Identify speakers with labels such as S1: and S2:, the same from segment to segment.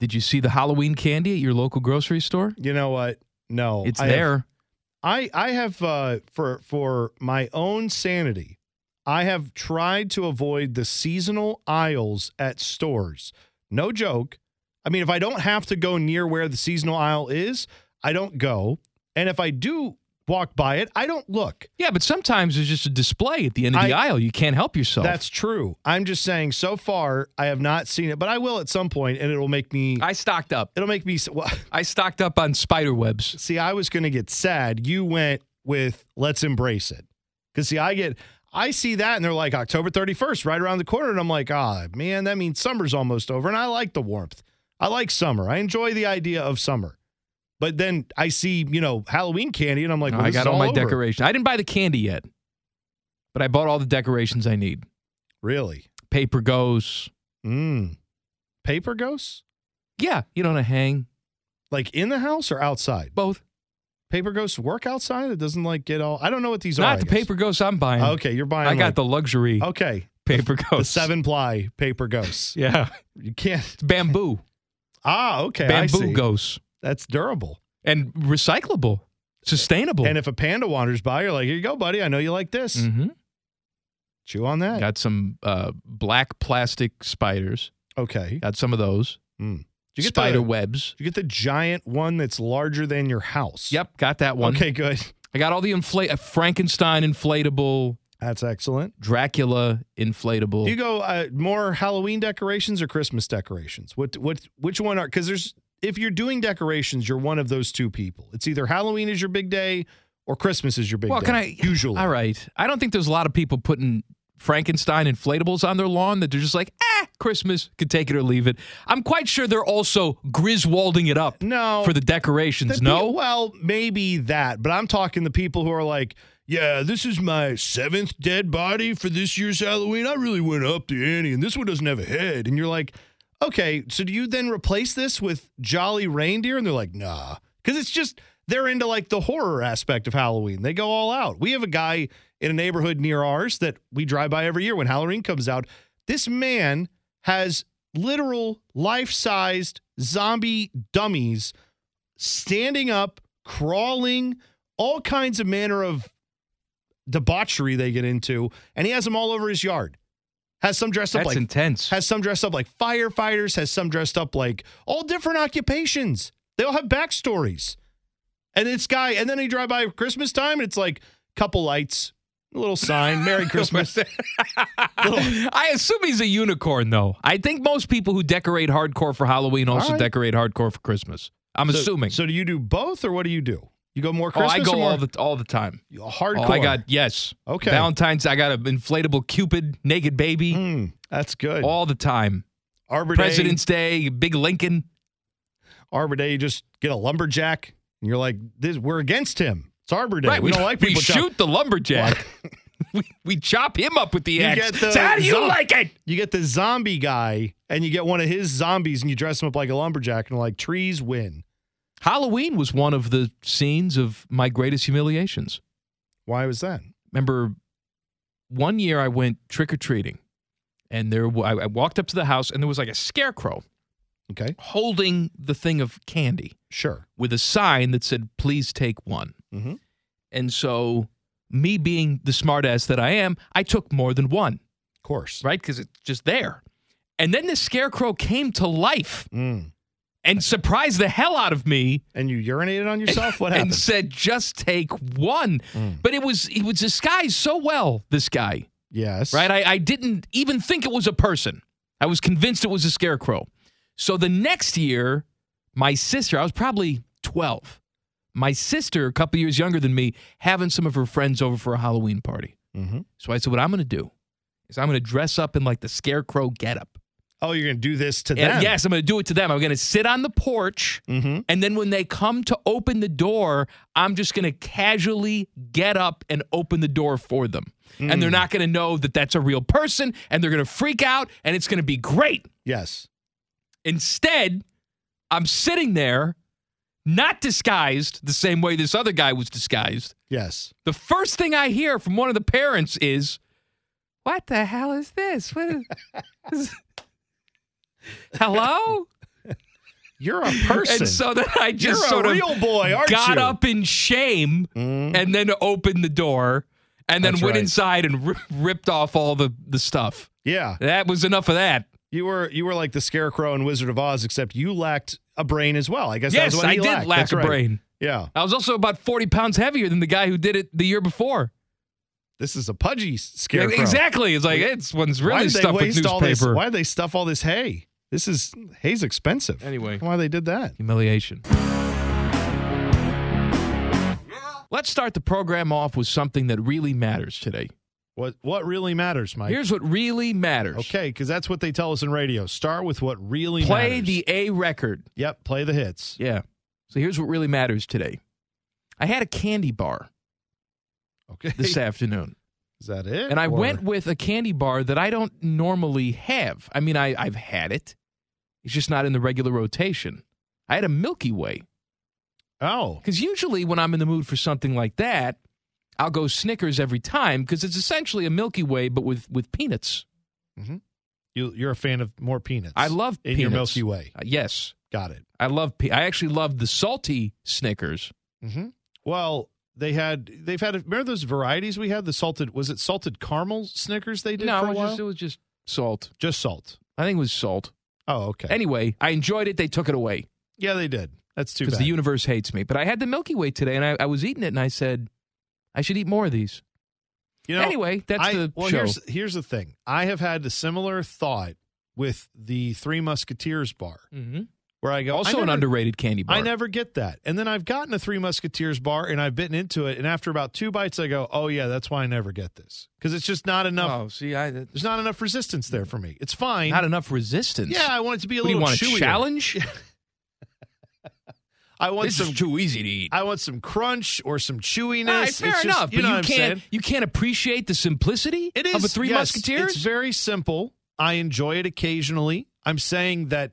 S1: Did you see the Halloween candy at your local grocery store?
S2: You know what? No,
S1: It's
S2: Oh, I have-
S1: there.
S2: I I have uh, for for my own sanity, I have tried to avoid the seasonal aisles at stores. No joke. I mean, if I don't have to go near where the seasonal aisle is, I don't go. And if I do walk by it, I don't look.
S1: Yeah, but sometimes there's just a display at the end of the
S2: I-
S1: aisle. You can't help yourself.
S2: That's true. I'm just saying. So far, I have not seen it, but I will at some point, and it'll make me.
S1: I stocked up.
S2: it'll make me. s- Well,
S1: I stocked up on spider webs.
S2: see, I was going to get sad. You went with let's embrace it. Because, see, I get, I see that and they're like October 31st, right around the corner. And I'm like, ah, man, that means summer's almost over. And I like the warmth. I like summer. I enjoy the idea of summer. But then I see, you know, Halloween candy and I'm like, well,
S1: I
S2: this
S1: got
S2: is
S1: all
S2: all
S1: my
S2: over.
S1: decorations. I didn't buy the candy yet, but I bought all the decorations I need.
S2: Really?
S1: Paper goes.
S2: Mm. Paper ghosts?
S1: Yeah, you don't hang
S2: Like in the house or outside?
S1: both.
S2: Paper ghosts work outside? It doesn't like get all, I don't know what these are. I
S1: Not the
S2: guess.
S1: paper ghosts I'm buying.
S2: Okay, you're buying.
S1: I got
S2: like-
S1: the luxury
S2: Okay.
S1: paper
S2: The
S1: ghosts.
S2: seven ply paper ghosts.
S1: Yeah,
S2: You can't.
S1: it's bamboo.
S2: Ah, okay. I
S1: bamboo
S2: see.
S1: ghosts
S2: That's durable.
S1: and recyclable, sustainable.
S2: And if a panda wanders by, you're like, here you go, buddy. I know you like this.
S1: Mhm.
S2: Chew on that.
S1: Got some uh, black plastic spiders.
S2: okay.
S1: Got some of those.
S2: Did you get
S1: Spider
S2: the,
S1: webs.
S2: did you get the giant one that's larger than your house.
S1: Yep, got that one.
S2: Okay, good.
S1: I got all the inflate uh, Frankenstein inflatable,
S2: That's excellent.
S1: Dracula inflatable.
S2: Do you go uh, more Halloween decorations or Christmas decorations? What what which one are because there's if you're doing decorations, you're one of those two people. It's either Halloween is your big day or Christmas is your big
S1: well,
S2: day.
S1: can I?
S2: usually
S1: All right. I don't think there's a lot of people putting Frankenstein inflatables on their lawn that they're just like, ah, Christmas could take it or leave it. I'm quite sure they're also Griswolding it up
S2: No.
S1: for the decorations.
S2: The
S1: no.
S2: pe- well, maybe that, but I'm talking the people who are like, yeah, this is my seventh dead body for this year's Halloween. I really went up the ante, and this one doesn't have a head. And you're like, okay, so do you then replace this with Jolly Reindeer? And they're like, nah, because it's just they're into like the horror aspect of Halloween. They go all out. We have a guy in a neighborhood near ours that we drive by every year when Halloween comes out. This man has literal life-sized zombie dummies standing up, crawling, all kinds of manner of debauchery they get into, and he has them all over his yard. Has some dressed up
S1: That's
S2: like
S1: intense.
S2: has some dressed up like firefighters, has some dressed up like all different occupations. They all have backstories. And this guy, and then he drive by Christmas time, and it's like couple lights, a little sign, Merry Christmas.
S1: I assume he's a unicorn, though. I think most people who decorate hardcore for Halloween also
S2: right.
S1: decorate hardcore for Christmas. I'm
S2: So-
S1: assuming.
S2: So do you do both, or what do you do? You go more
S1: oh,
S2: Christmas
S1: I go
S2: or more
S1: all the all the time. Oh,
S2: hardcore.
S1: I got yes.
S2: Okay.
S1: Valentine's. I got an inflatable Cupid, naked baby,
S2: Mm, that's good.
S1: all the time.
S2: Arbor Day-
S1: President's Day, big Lincoln.
S2: Arbor Day, you just get a lumberjack and you're like, this, we're against him. It's Arbor Day.
S1: Right.
S2: we, don't like
S1: we
S2: people. chop-
S1: shoot the lumberjack. we, we chop him up with the
S2: You
S1: axe.
S2: get the
S1: So how do you
S2: zom-
S1: like it?
S2: You get the zombie guy and you get one of his zombies and you dress him up like a lumberjack and like trees win.
S1: Halloween was one of the scenes of my greatest humiliations.
S2: Why was that?
S1: remember one year I went trick or treating, and there wa- I I walked up to the house, and there was like a scarecrow
S2: Okay.
S1: holding the thing of candy
S2: Sure.
S1: with a sign that said, "Please take one."
S2: Mhm.
S1: And so, me being the smartass that I am, I took more than one,
S2: Of course.
S1: right? Because it's just there. And then the scarecrow came to life
S2: Mm.
S1: and surprised the hell out of me
S2: And you urinated on yourself? What Hmm.
S1: and
S2: happened?
S1: said, "Just take one." But it was he was disguised so well, this guy.
S2: yes.
S1: right? I, I didn't even think it was a person. I was convinced it was a scarecrow. So the next year, my sister, I was probably 12. My sister, a couple years younger than me, having some of her friends over for a Halloween party.
S2: Mhm.
S1: So I said, What I'm going to do is I'm going to dress up in like the scarecrow getup.
S2: Oh, you're going to do this to
S1: And
S2: them? Mm-hmm.
S1: yes, I'm going to do it to them. I'm going to sit on the porch, and then when they come to open the door, I'm just going to casually get up and open the door for them. And
S2: Hmm.
S1: they're not going to know that that's a real person, and they're going to freak out, and it's going to be great.
S2: Yes.
S1: Instead, I'm sitting there, not disguised the same way this other guy was disguised.
S2: Yes.
S1: The first thing I hear from one of the parents is, "What the hell is this? What is, is- hello?"
S2: You're a person.
S1: And so then I
S2: you're
S1: just
S2: a
S1: sort
S2: real
S1: of
S2: boy, aren't
S1: got
S2: you?
S1: up in shame and then opened the door and then
S2: That's
S1: went
S2: right.
S1: inside and ri ripped off all the, the stuff.
S2: Yeah.
S1: That was enough of that.
S2: You were you were like the Scarecrow in Wizard of Oz, except you lacked a brain as well. I guess
S1: yes,
S2: that's what
S1: I
S2: he
S1: did
S2: lacked.
S1: lack
S2: That's
S1: a
S2: right.
S1: brain.
S2: Yeah.
S1: I was also about 40 pounds heavier than the guy who did it the year before.
S2: This is a pudgy s-
S1: Yeah,
S2: Scarecrow.
S1: exactly. It's like, it's one's
S2: Why
S1: really
S2: did they
S1: stuffed with
S2: waste all this?
S1: newspaper.
S2: Why did they stuff all this hay? This is hay's expensive.
S1: Anyway.
S2: why they did that?
S1: Humiliation. Let's start the program off with something that really matters today.
S2: What what really matters, Mike?
S1: Here's what really matters.
S2: okay, because that's what they tell us in radio. Start with what really
S1: Play
S2: matters.
S1: the A record.
S2: yep. Play the hits.
S1: Yeah. So here's what really matters today. I had a candy bar
S2: Okay,
S1: this afternoon,
S2: is that it?
S1: and I
S2: Or-
S1: went with a candy bar that I don't normally have. I mean, I, I've had it, it's just not in the regular rotation. I had a Milky Way.
S2: Oh,
S1: Because usually when I'm in the mood for something like that, I'll go Snickers every time because it's essentially a Milky Way but with with peanuts.
S2: you you're a fan of more peanuts.
S1: I love
S2: in your
S1: peanuts.
S2: Milky Way.
S1: Uh, yes,
S2: Got it.
S1: I love. Pe- I actually love the salty Snickers.
S2: Mm-hmm. Well, they had they've had remember those varieties we had the salted was it salted caramel Snickers they did
S1: no,
S2: for
S1: it
S2: a
S1: was,
S2: while
S1: just, it was just salt.
S2: just salt.
S1: I think it was salt.
S2: Oh, okay.
S1: Anyway, I enjoyed it. They took it away
S2: yeah, they did. That's too
S1: because
S2: bad.
S1: the universe hates me. But I had the Milky Way today, and I, I was eating it, and I said, I should eat more of these.
S2: You know,
S1: anyway, that's
S2: I-
S1: the
S2: well.
S1: show.
S2: Here's here's the thing. I have had a similar thought with the Three Musketeers bar,
S1: hmm
S2: where I go. I
S1: Also, an
S2: never-
S1: underrated candy bar.
S2: I never get that, and then I've gotten a Three Musketeers bar, and I've bitten into it, and after about two bites, I go, "Oh yeah, that's why I never get this because it's just not enough.
S1: Oh, see, I
S2: There's not enough resistance there for me. It's fine.
S1: not enough resistance.
S2: yeah, I want it to be a
S1: What do you
S2: little
S1: want
S2: chewier.
S1: a challenge?
S2: I want
S1: This
S2: some.
S1: is too easy to eat.
S2: I want some crunch or some chewiness.
S1: All right, fair
S2: It's just-
S1: enough,
S2: you know what
S1: but
S2: I'm
S1: you can't
S2: saying?
S1: you can't appreciate the simplicity
S2: It is
S1: of a Three
S2: yes,
S1: Musketeers.
S2: It's very simple. I enjoy it occasionally. I'm saying that,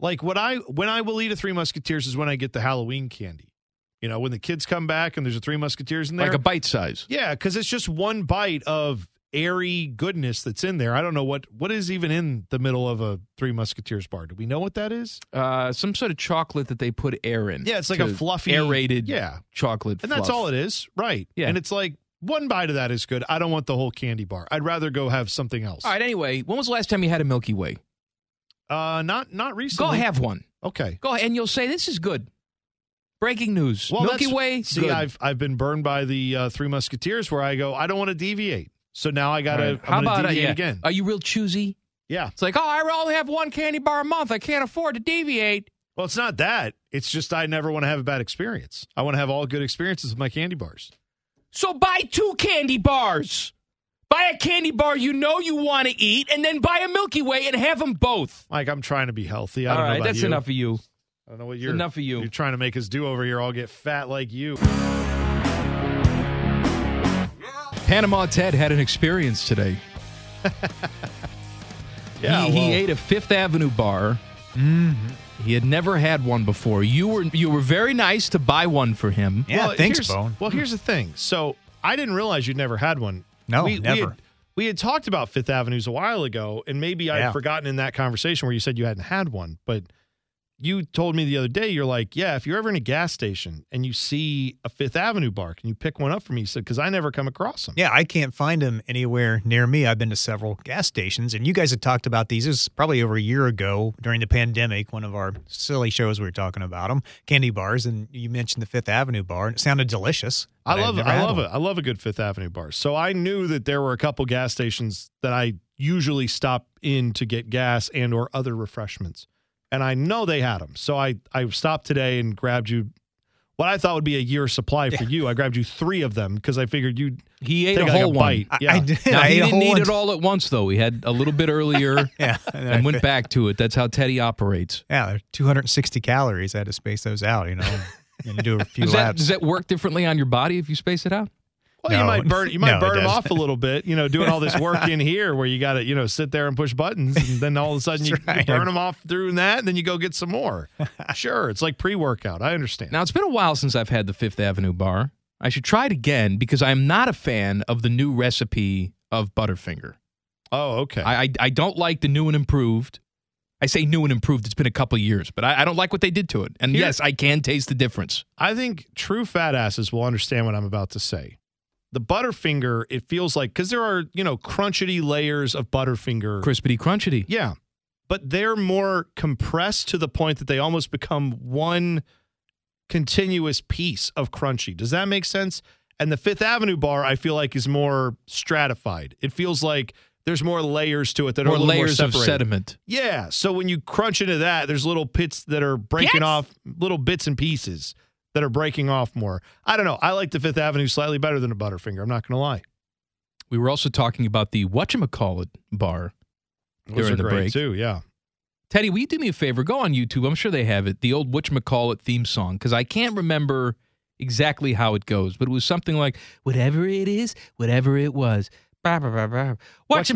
S2: like what I when I will eat a Three Musketeers is when I get the Halloween candy. You know, when the kids come back and there's a Three Musketeers in there.
S1: like a bite size.
S2: yeah, because it's just one bite of airy goodness that's in there. I don't know what what is even in the middle of a Three Musketeers bar. Do we know what that is?
S1: Uh, some sort of chocolate that they put air in.
S2: Yeah, it's like a
S1: to
S2: fluffy-
S1: aerated
S2: yeah.
S1: chocolate.
S2: And that's
S1: fluff.
S2: all it is, right?
S1: Yeah.
S2: And it's like one bite of that is good. I don't want the whole candy bar. I'd rather go have something else.
S1: All right. Anyway, when was the last time you had a Milky Way?
S2: Uh, not not
S1: Go
S2: recently.
S1: have one.
S2: Okay.
S1: Go ahead, and you'll say this is good. Breaking news:
S2: Well,
S1: Milky
S2: that's-
S1: Way.
S2: See,
S1: good.
S2: I've I've been burned by the uh, Three Musketeers, where I go, I don't want to deviate. So now I
S1: All
S2: gotta.
S1: right.
S2: I'm
S1: How
S2: gonna
S1: about uh,
S2: deviate
S1: yeah.
S2: again?
S1: Are you real choosy?
S2: yeah.
S1: It's like, oh, I only have one candy bar a month. I can't afford to deviate.
S2: Well, it's not that. It's just I never want to have a bad experience. I want to have all good experiences with my candy bars.
S1: So buy two candy bars. Buy a candy bar you know you want to eat, and then buy a Milky Way and have them both.
S2: Like I'm trying to be healthy. I
S1: All
S2: don't know
S1: right,
S2: about
S1: that's
S2: you.
S1: enough of you.
S2: I don't know what you're
S1: enough of you.
S2: You're trying to make us do over here. I'll get fat like you.
S1: Panama Ted had an experience today.
S2: Yeah.
S1: he,
S2: well, Mm-hmm.
S1: he ate a Fifth Avenue bar. He had never had one before. You were you were very nice to buy one for him.
S3: Yeah,
S2: well,
S3: thanks,
S2: here's-
S3: Bone.
S2: Well, here's the thing. So I didn't realize you'd never had one.
S3: No,
S2: we, We
S3: never.
S2: had, we had talked about Fifth Avenues a while ago, and maybe
S3: Yeah.
S2: I'd forgotten in that conversation where you said you hadn't had one, but you told me the other day, you're like, yeah, if you're ever in a gas station and you see a Fifth Avenue bar, can you pick one up for me? You said, because I never come across them.
S3: Yeah, I can't find them anywhere near me. I've been to several gas stations, and you guys had talked about these. This is probably over a year ago during the pandemic. One of our silly shows we were talking about them, candy bars, and you mentioned the Fifth Avenue bar, and it sounded delicious.
S2: I
S3: but I've
S2: love it.
S3: never
S2: I
S3: had
S2: love
S3: one.
S2: it. I love a good Fifth Avenue bar. So I knew that there were a couple gas stations that I usually stop in to get gas and or other refreshments. And I know they had them. So I I stopped today and grabbed you what I thought would be a year's supply for you. I grabbed you three of them because I figured you'd
S1: He ate
S2: take
S1: a
S2: like
S1: whole
S2: a
S1: one.
S2: bite.
S3: I,
S2: yeah.
S3: I did.
S1: Now,
S3: I
S1: he
S3: ate a
S1: didn't
S3: whole
S1: eat
S3: one-
S1: it all at once, though. He had a little bit earlier
S3: Yeah, and, then I
S1: and went
S3: fi-
S1: back to it. That's how Teddy operates.
S3: Yeah, they're 260 calories. I had to space those out, you know, and do a few
S1: Does that,
S3: laps.
S1: does that work differently on your body if you space it out?
S2: Well, you
S3: No.
S2: might burn you might
S3: No, it
S2: burn them
S3: doesn't.
S2: off a little bit. You know, doing all this work in here where you got to you know sit there and push buttons, and then all of a sudden you,
S3: That's
S2: you
S3: right.
S2: burn them off through that, and then you go get some more. sure, it's like pre-workout. I understand.
S1: Now, it's been a while since I've had the Fifth Avenue bar. I should try it again because I'm not a fan of the new recipe of Butterfinger.
S2: oh, okay.
S1: I, I, I don't like the new and improved. I say new and improved. It's been a couple years, but I, I don't like what they did to it. And
S2: Here-
S1: yes, I can taste the difference.
S2: I think true fat asses will understand what I'm about to say. The Butterfinger, it feels like because there are you know crunchety layers of Butterfinger.
S1: Crispity crunchity.
S2: Yeah, but they're more compressed to the point that they almost become one continuous piece of crunchy. Does that make sense? And the Fifth Avenue bar, I feel like, is more stratified. It feels like there's more layers to it that are a
S1: Or
S2: little
S1: layers
S2: more
S1: of
S2: separated.
S1: sediment.
S2: Yeah. So when you crunch into that, there's little pits that are breaking
S1: Yes.
S2: off, little bits and pieces that are breaking off more. I don't know. I like the Fifth Avenue slightly better than a Butterfinger. I'm not going to lie.
S1: We were also talking about the whatchamacallit bar.
S2: Those
S1: During
S2: are
S1: the
S2: great
S1: break.
S2: too. Yeah.
S1: Teddy, will you do me a favor? Go on YouTube. I'm sure they have it. The old whatchamacallit theme song, because I can't remember exactly how it goes, but it was something like, whatever it is, whatever it was. Bah, bah, bah, bah.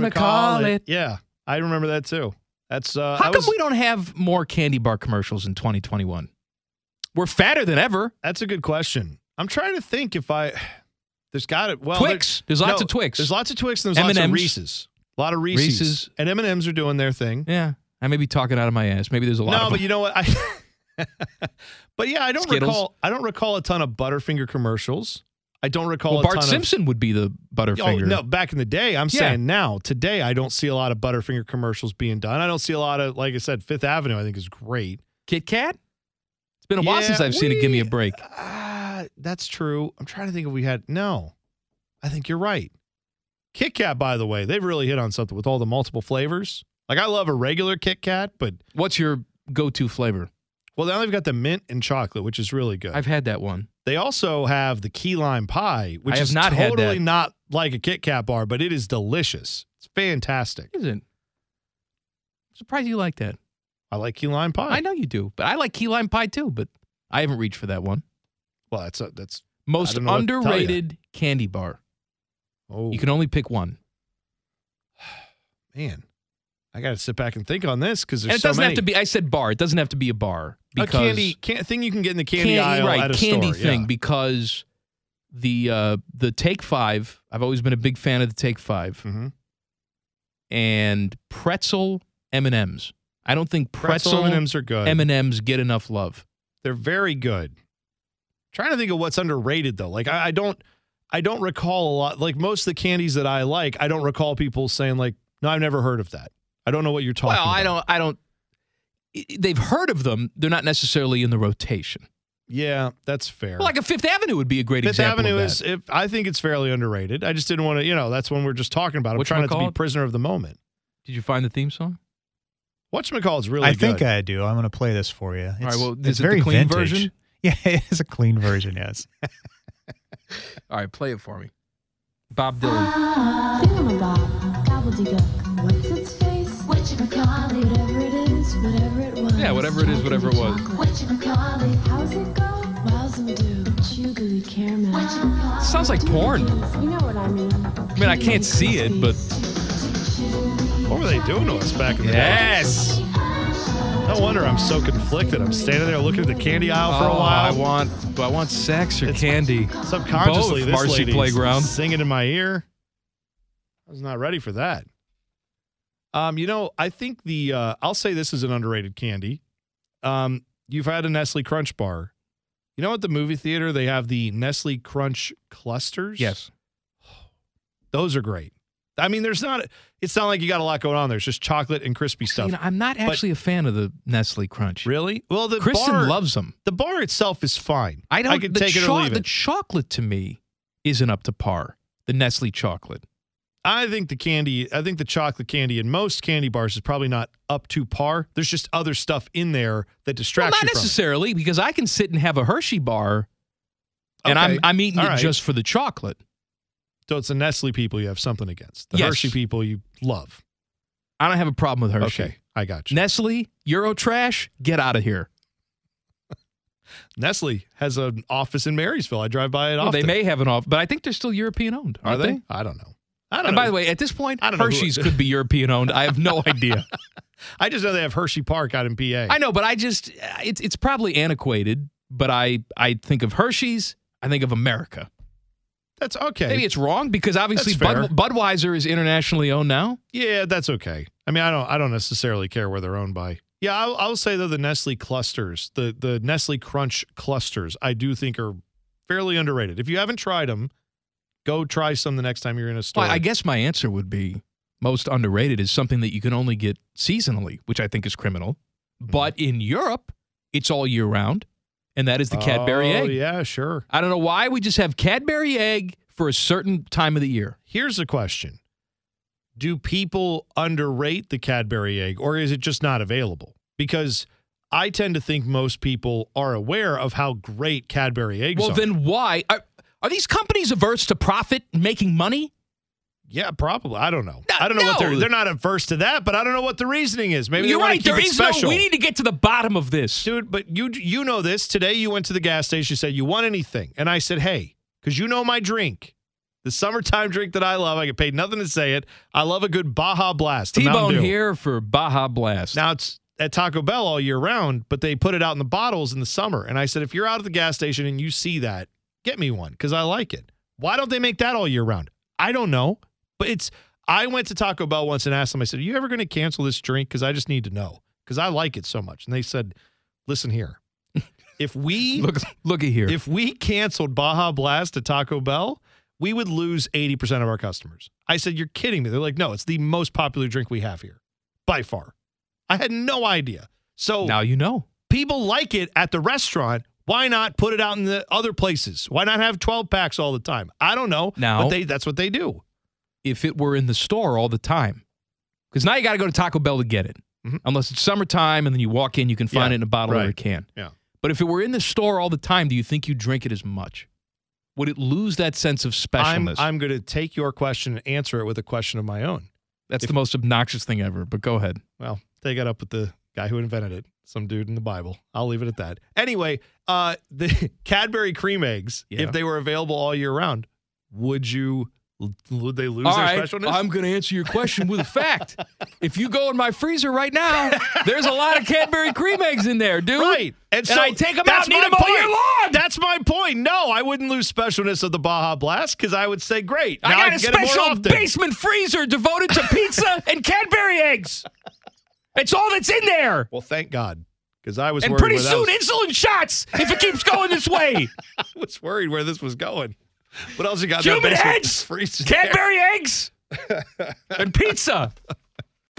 S1: Whatchamacallit.
S2: Yeah. I remember that too. That's uh, I
S1: How come
S2: was-
S1: we don't have more candy bar commercials in 2021? We're fatter than ever.
S2: That's a good question. I'm trying to think if I. There's got it. Well,
S1: Twix. There's lots of Twix.
S2: There's lots of Twix and there's lots
S1: M&Ms.
S2: of Reese's. A lot of Reese's.
S1: Reese's.
S2: And M and M's are doing their thing.
S1: Yeah. I may be talking out of my ass. Maybe there's a lot
S2: No,
S1: of
S2: but
S1: them.
S2: you know what? I But yeah, I don't
S1: Skittles.
S2: recall I don't recall a ton of Butterfinger commercials. I don't recall
S1: well,
S2: a
S1: Bart
S2: ton
S1: Simpson would be the
S2: of Oh,
S1: Butterfinger.
S2: no, back in the day, I'm
S1: Yeah.
S2: saying now, today I don't see a lot of Butterfinger commercials being done. I don't see a lot of like I said, Fifth Avenue I think is great.
S1: Kit Kat? It's been a while
S2: Yeah,
S1: since I've seen it. Give me a
S2: we-
S1: break.
S2: Ah, that's true. I'm trying to think if we had no. I think you're right. Kit Kat, by the way, they've really hit on something with all the multiple flavors. Like I love a regular Kit Kat, but
S1: What's your go to flavor?
S2: well now they've got the mint and chocolate, which is really good.
S1: I've had that one.
S2: They also have the key lime pie, which
S1: I have
S2: is
S1: not had
S2: totally
S1: that.
S2: not like a Kit Kat bar, but it is delicious. It's fantastic.
S1: Is it? I'm surprised you like that.
S2: I like key lime pie.
S1: I know you do, but I like key lime pie too, but I haven't reached for that one.
S2: Well, that's a, that's
S1: Most
S2: don't know what to tell ya.
S1: underrated candy bar.
S2: oh
S1: You can only pick one.
S2: man, I got to sit back and think on this because
S1: and
S2: there's
S1: it
S2: so
S1: doesn't
S2: many.
S1: have to be I said bar, it doesn't have to be a bar
S2: a
S1: because
S2: candy can, thing you can get in the candy, aisle
S1: right,
S2: at a
S1: candy
S2: store.
S1: thing
S2: yeah.
S1: because the uh the Take 5, I've always been a big fan of the Take 5
S2: Mhm.
S1: and pretzel M&Ms. I don't think
S2: Pretzel
S1: pretzel
S2: M Ms are good.
S1: M&Ms get enough love.
S2: They're very good. Trying to think of what's underrated though. Like I, I don't, I don't recall a lot. Like most of the candies that I like, I don't recall people saying like, "No, I've never heard of that. I don't know what you're talking."
S1: Well,
S2: about.
S1: I don't. I don't. i- i- They've heard of them. They're not necessarily in the rotation.
S2: Yeah, that's fair.
S1: Well, like a Fifth Avenue would be a great
S2: Fifth
S1: example.
S2: Avenue
S1: of
S2: is,
S1: that.
S2: if, I think it's fairly underrated. I just didn't want to, you know, that's when we're just talking about. it. I'm trying not to be
S1: Whatchamacallit?
S2: prisoner of the moment.
S1: Did you find the theme song?
S2: Whatchamacall is really
S3: I
S2: good.
S3: think
S1: uh,
S3: I do. I'm going to play this for you. It's,
S1: right, well,
S3: it's
S1: is it the
S3: very
S1: clean
S3: vintage.
S1: version?
S3: Yeah, it is a clean version, yes.
S1: All right, play it for me. Bob Dylan.
S4: Thingamabob, gobbledygook. What's its face? Whatchamacallit. Whatever it is, whatever it was.
S1: Yeah, whatever it is, whatever it was.
S4: Whatchamacallit. How's it go? Wowzamdoo. Chugly caramel. Whatchamacallit.
S1: Sounds like porn.
S4: You know what I mean. I
S1: mean, I can't see it, but-
S2: What were they doing to us back in the
S1: Yes.
S2: day? No wonder I'm so conflicted. I'm standing there looking at the candy aisle for a
S1: Oh, I
S2: while.
S1: want. I want sex or candy.
S2: Subconsciously,
S1: Both
S2: this
S1: Marcy
S2: lady's
S1: Playground.
S2: singing in my ear. I was not ready for that. Um, you know, I think the uh, I'll say this is an underrated candy. Um, you've had a Nestle Crunch bar. You know, at the movie theater, they have the Nestle Crunch clusters.
S1: Yes.
S2: those are great. I mean, there's not. It's not like you got a lot going on. There's just chocolate and crispy stuff.
S1: You know, I'm not actually a fan of the Nestle Crunch.
S2: really? Well, the
S1: Kristen
S2: bar,
S1: loves them.
S2: the bar itself is fine.
S1: I don't.
S2: I could
S1: the
S2: take it or
S1: cho-
S2: leave
S1: The
S2: it.
S1: chocolate to me isn't up to par. The Nestle chocolate.
S2: I think the candy, I think the chocolate candy in most candy bars is probably not up to par. There's just other stuff in there that
S1: Well,
S2: distracts
S1: not
S2: you from. it.
S1: necessarily, because I can sit and have a Hershey bar and I'm
S2: Okay.
S1: I'm eating
S2: All
S1: it
S2: right.
S1: just for the chocolate.
S2: So it's the Nestle people you have something against. The
S1: Yes.
S2: Hershey people you love.
S1: I don't have a problem with Hershey.
S2: Okay, I got you.
S1: Nestle, Eurotrash, get out of here.
S2: Nestle has an office in Marysville. I drive by it
S1: Well,
S2: often.
S1: they may have an off, but I think they're still European owned.
S2: Are
S1: aren't
S2: they? I don't know. I don't
S1: And
S2: know.
S1: by the way, at this point,
S2: I don't know who-
S1: Hershey's could be European owned. I have no idea.
S2: I just know they have Hershey Park out in PA.
S1: I know, but I just uh, it's it's probably antiquated. But I I think of Hershey's. I think of America.
S2: that's okay.
S1: Maybe it's wrong because obviously
S2: That's
S1: Bud, Budweiser is internationally owned now.
S2: yeah, that's okay. I mean, I don't I don't necessarily care where they're owned by. Yeah, I'll, I'll say though the Nestle clusters, the the Nestle Crunch clusters, I do think are fairly underrated. If you haven't tried them, go try some the next time you're in a store.
S1: Well, I guess my answer would be most underrated is something that you can only get seasonally, which I think is criminal.
S2: Mm-hmm.
S1: But in Europe, it's all year round, and that is the Cadbury
S2: oh,
S1: egg.
S2: Yeah, sure.
S1: I don't know why we just have Cadbury egg for a certain time of the year.
S2: Here's the question: Do people underrate the Cadbury egg, or is it just not available? Because I tend to think most people are aware of how great Cadbury eggs
S1: Well,
S2: are.
S1: then why are, are these companies averse to profit and making money?
S2: Yeah, probably. I don't know.
S1: No,
S2: I don't know what
S1: no.
S2: they're they're not averse to that, but I don't know what the reasoning is. Maybe
S1: You're
S2: they wanna
S1: right.
S2: Keep
S1: There
S2: it
S1: is
S2: special.
S1: no. We need to get to the bottom of this.
S2: Dude, but you you know this. Today you went to the gas station, you said you want anything, and I said, hey, because you know my drink, the summertime drink that I love. I get paid nothing to say it. I love a good Baja Blast. the
S1: T
S2: Mountain
S1: Bone
S2: Dew.
S1: here for Baja Blast.
S2: Now it's at Taco Bell all year round, but they put it out in the bottles in the summer. And I said, if you're out at the gas station and you see that, get me one because I like it. Why don't they make that all year round? I don't know, but it's. I went to Taco Bell once and asked them. I said, "Are you ever going to cancel this drink? Because I just need to know because I like it so much." And they said, "Listen here, if we
S1: look, look at here.
S2: if we canceled Baja Blast at Taco Bell, we would lose 80% of our customers. I said, You're kidding me. They're like, No, it's the most popular drink we have here by far. I had no idea. So
S1: now you know.
S2: people like it at the restaurant. Why not put it out in the other places? Why not have 12 packs all the time? I don't know.
S1: Now-
S2: but they, that's what they do.
S1: if it were in the store all the time. Because now you got to go to Taco Bell to get it.
S2: Mhm.
S1: Unless it's summertime and then you walk in, you can find it
S2: Yeah,
S1: in a bottle or a
S2: right.
S1: can.
S2: Yeah.
S1: But if it were in the store all the time, do you think you'd drink it as much? Would it lose that sense of
S2: I'm,
S1: specialness?
S2: I'm going to take your question and answer it with a question of my own.
S1: That's the most obnoxious thing ever, but go ahead.
S2: Well, they got up with the guy who invented it, some dude in the Bible. I'll leave it at that. Anyway, uh, the Cadbury cream eggs,
S1: Yeah.
S2: if they were available all year round, would you would they lose
S1: All
S2: their
S1: right,
S2: specialness?
S1: I'm going to answer your question with a fact. if you go in my freezer right now, there's a lot of Cadbury cream eggs in there, dude.
S2: right,
S1: And I take 'em out
S2: that's
S1: and eat
S2: my
S1: 'em all year
S2: point.
S1: long.
S2: That's my point. No, I wouldn't lose specialness of the Baja Blast because I would say, great, now
S1: I got
S2: can
S1: a
S2: get it more
S1: special
S2: often.
S1: basement freezer devoted to pizza and Cadbury eggs. It's all that's in there.
S2: Well, thank God, because I was
S1: And
S2: worried
S1: pretty
S2: where that
S1: soon,
S2: was-
S1: insulin shots if it keeps going this way.
S2: I was worried where this was going. What else you got? in that
S1: Human
S2: basement?
S1: heads,
S2: Freezing there.
S1: Cadbury eggs, and pizza.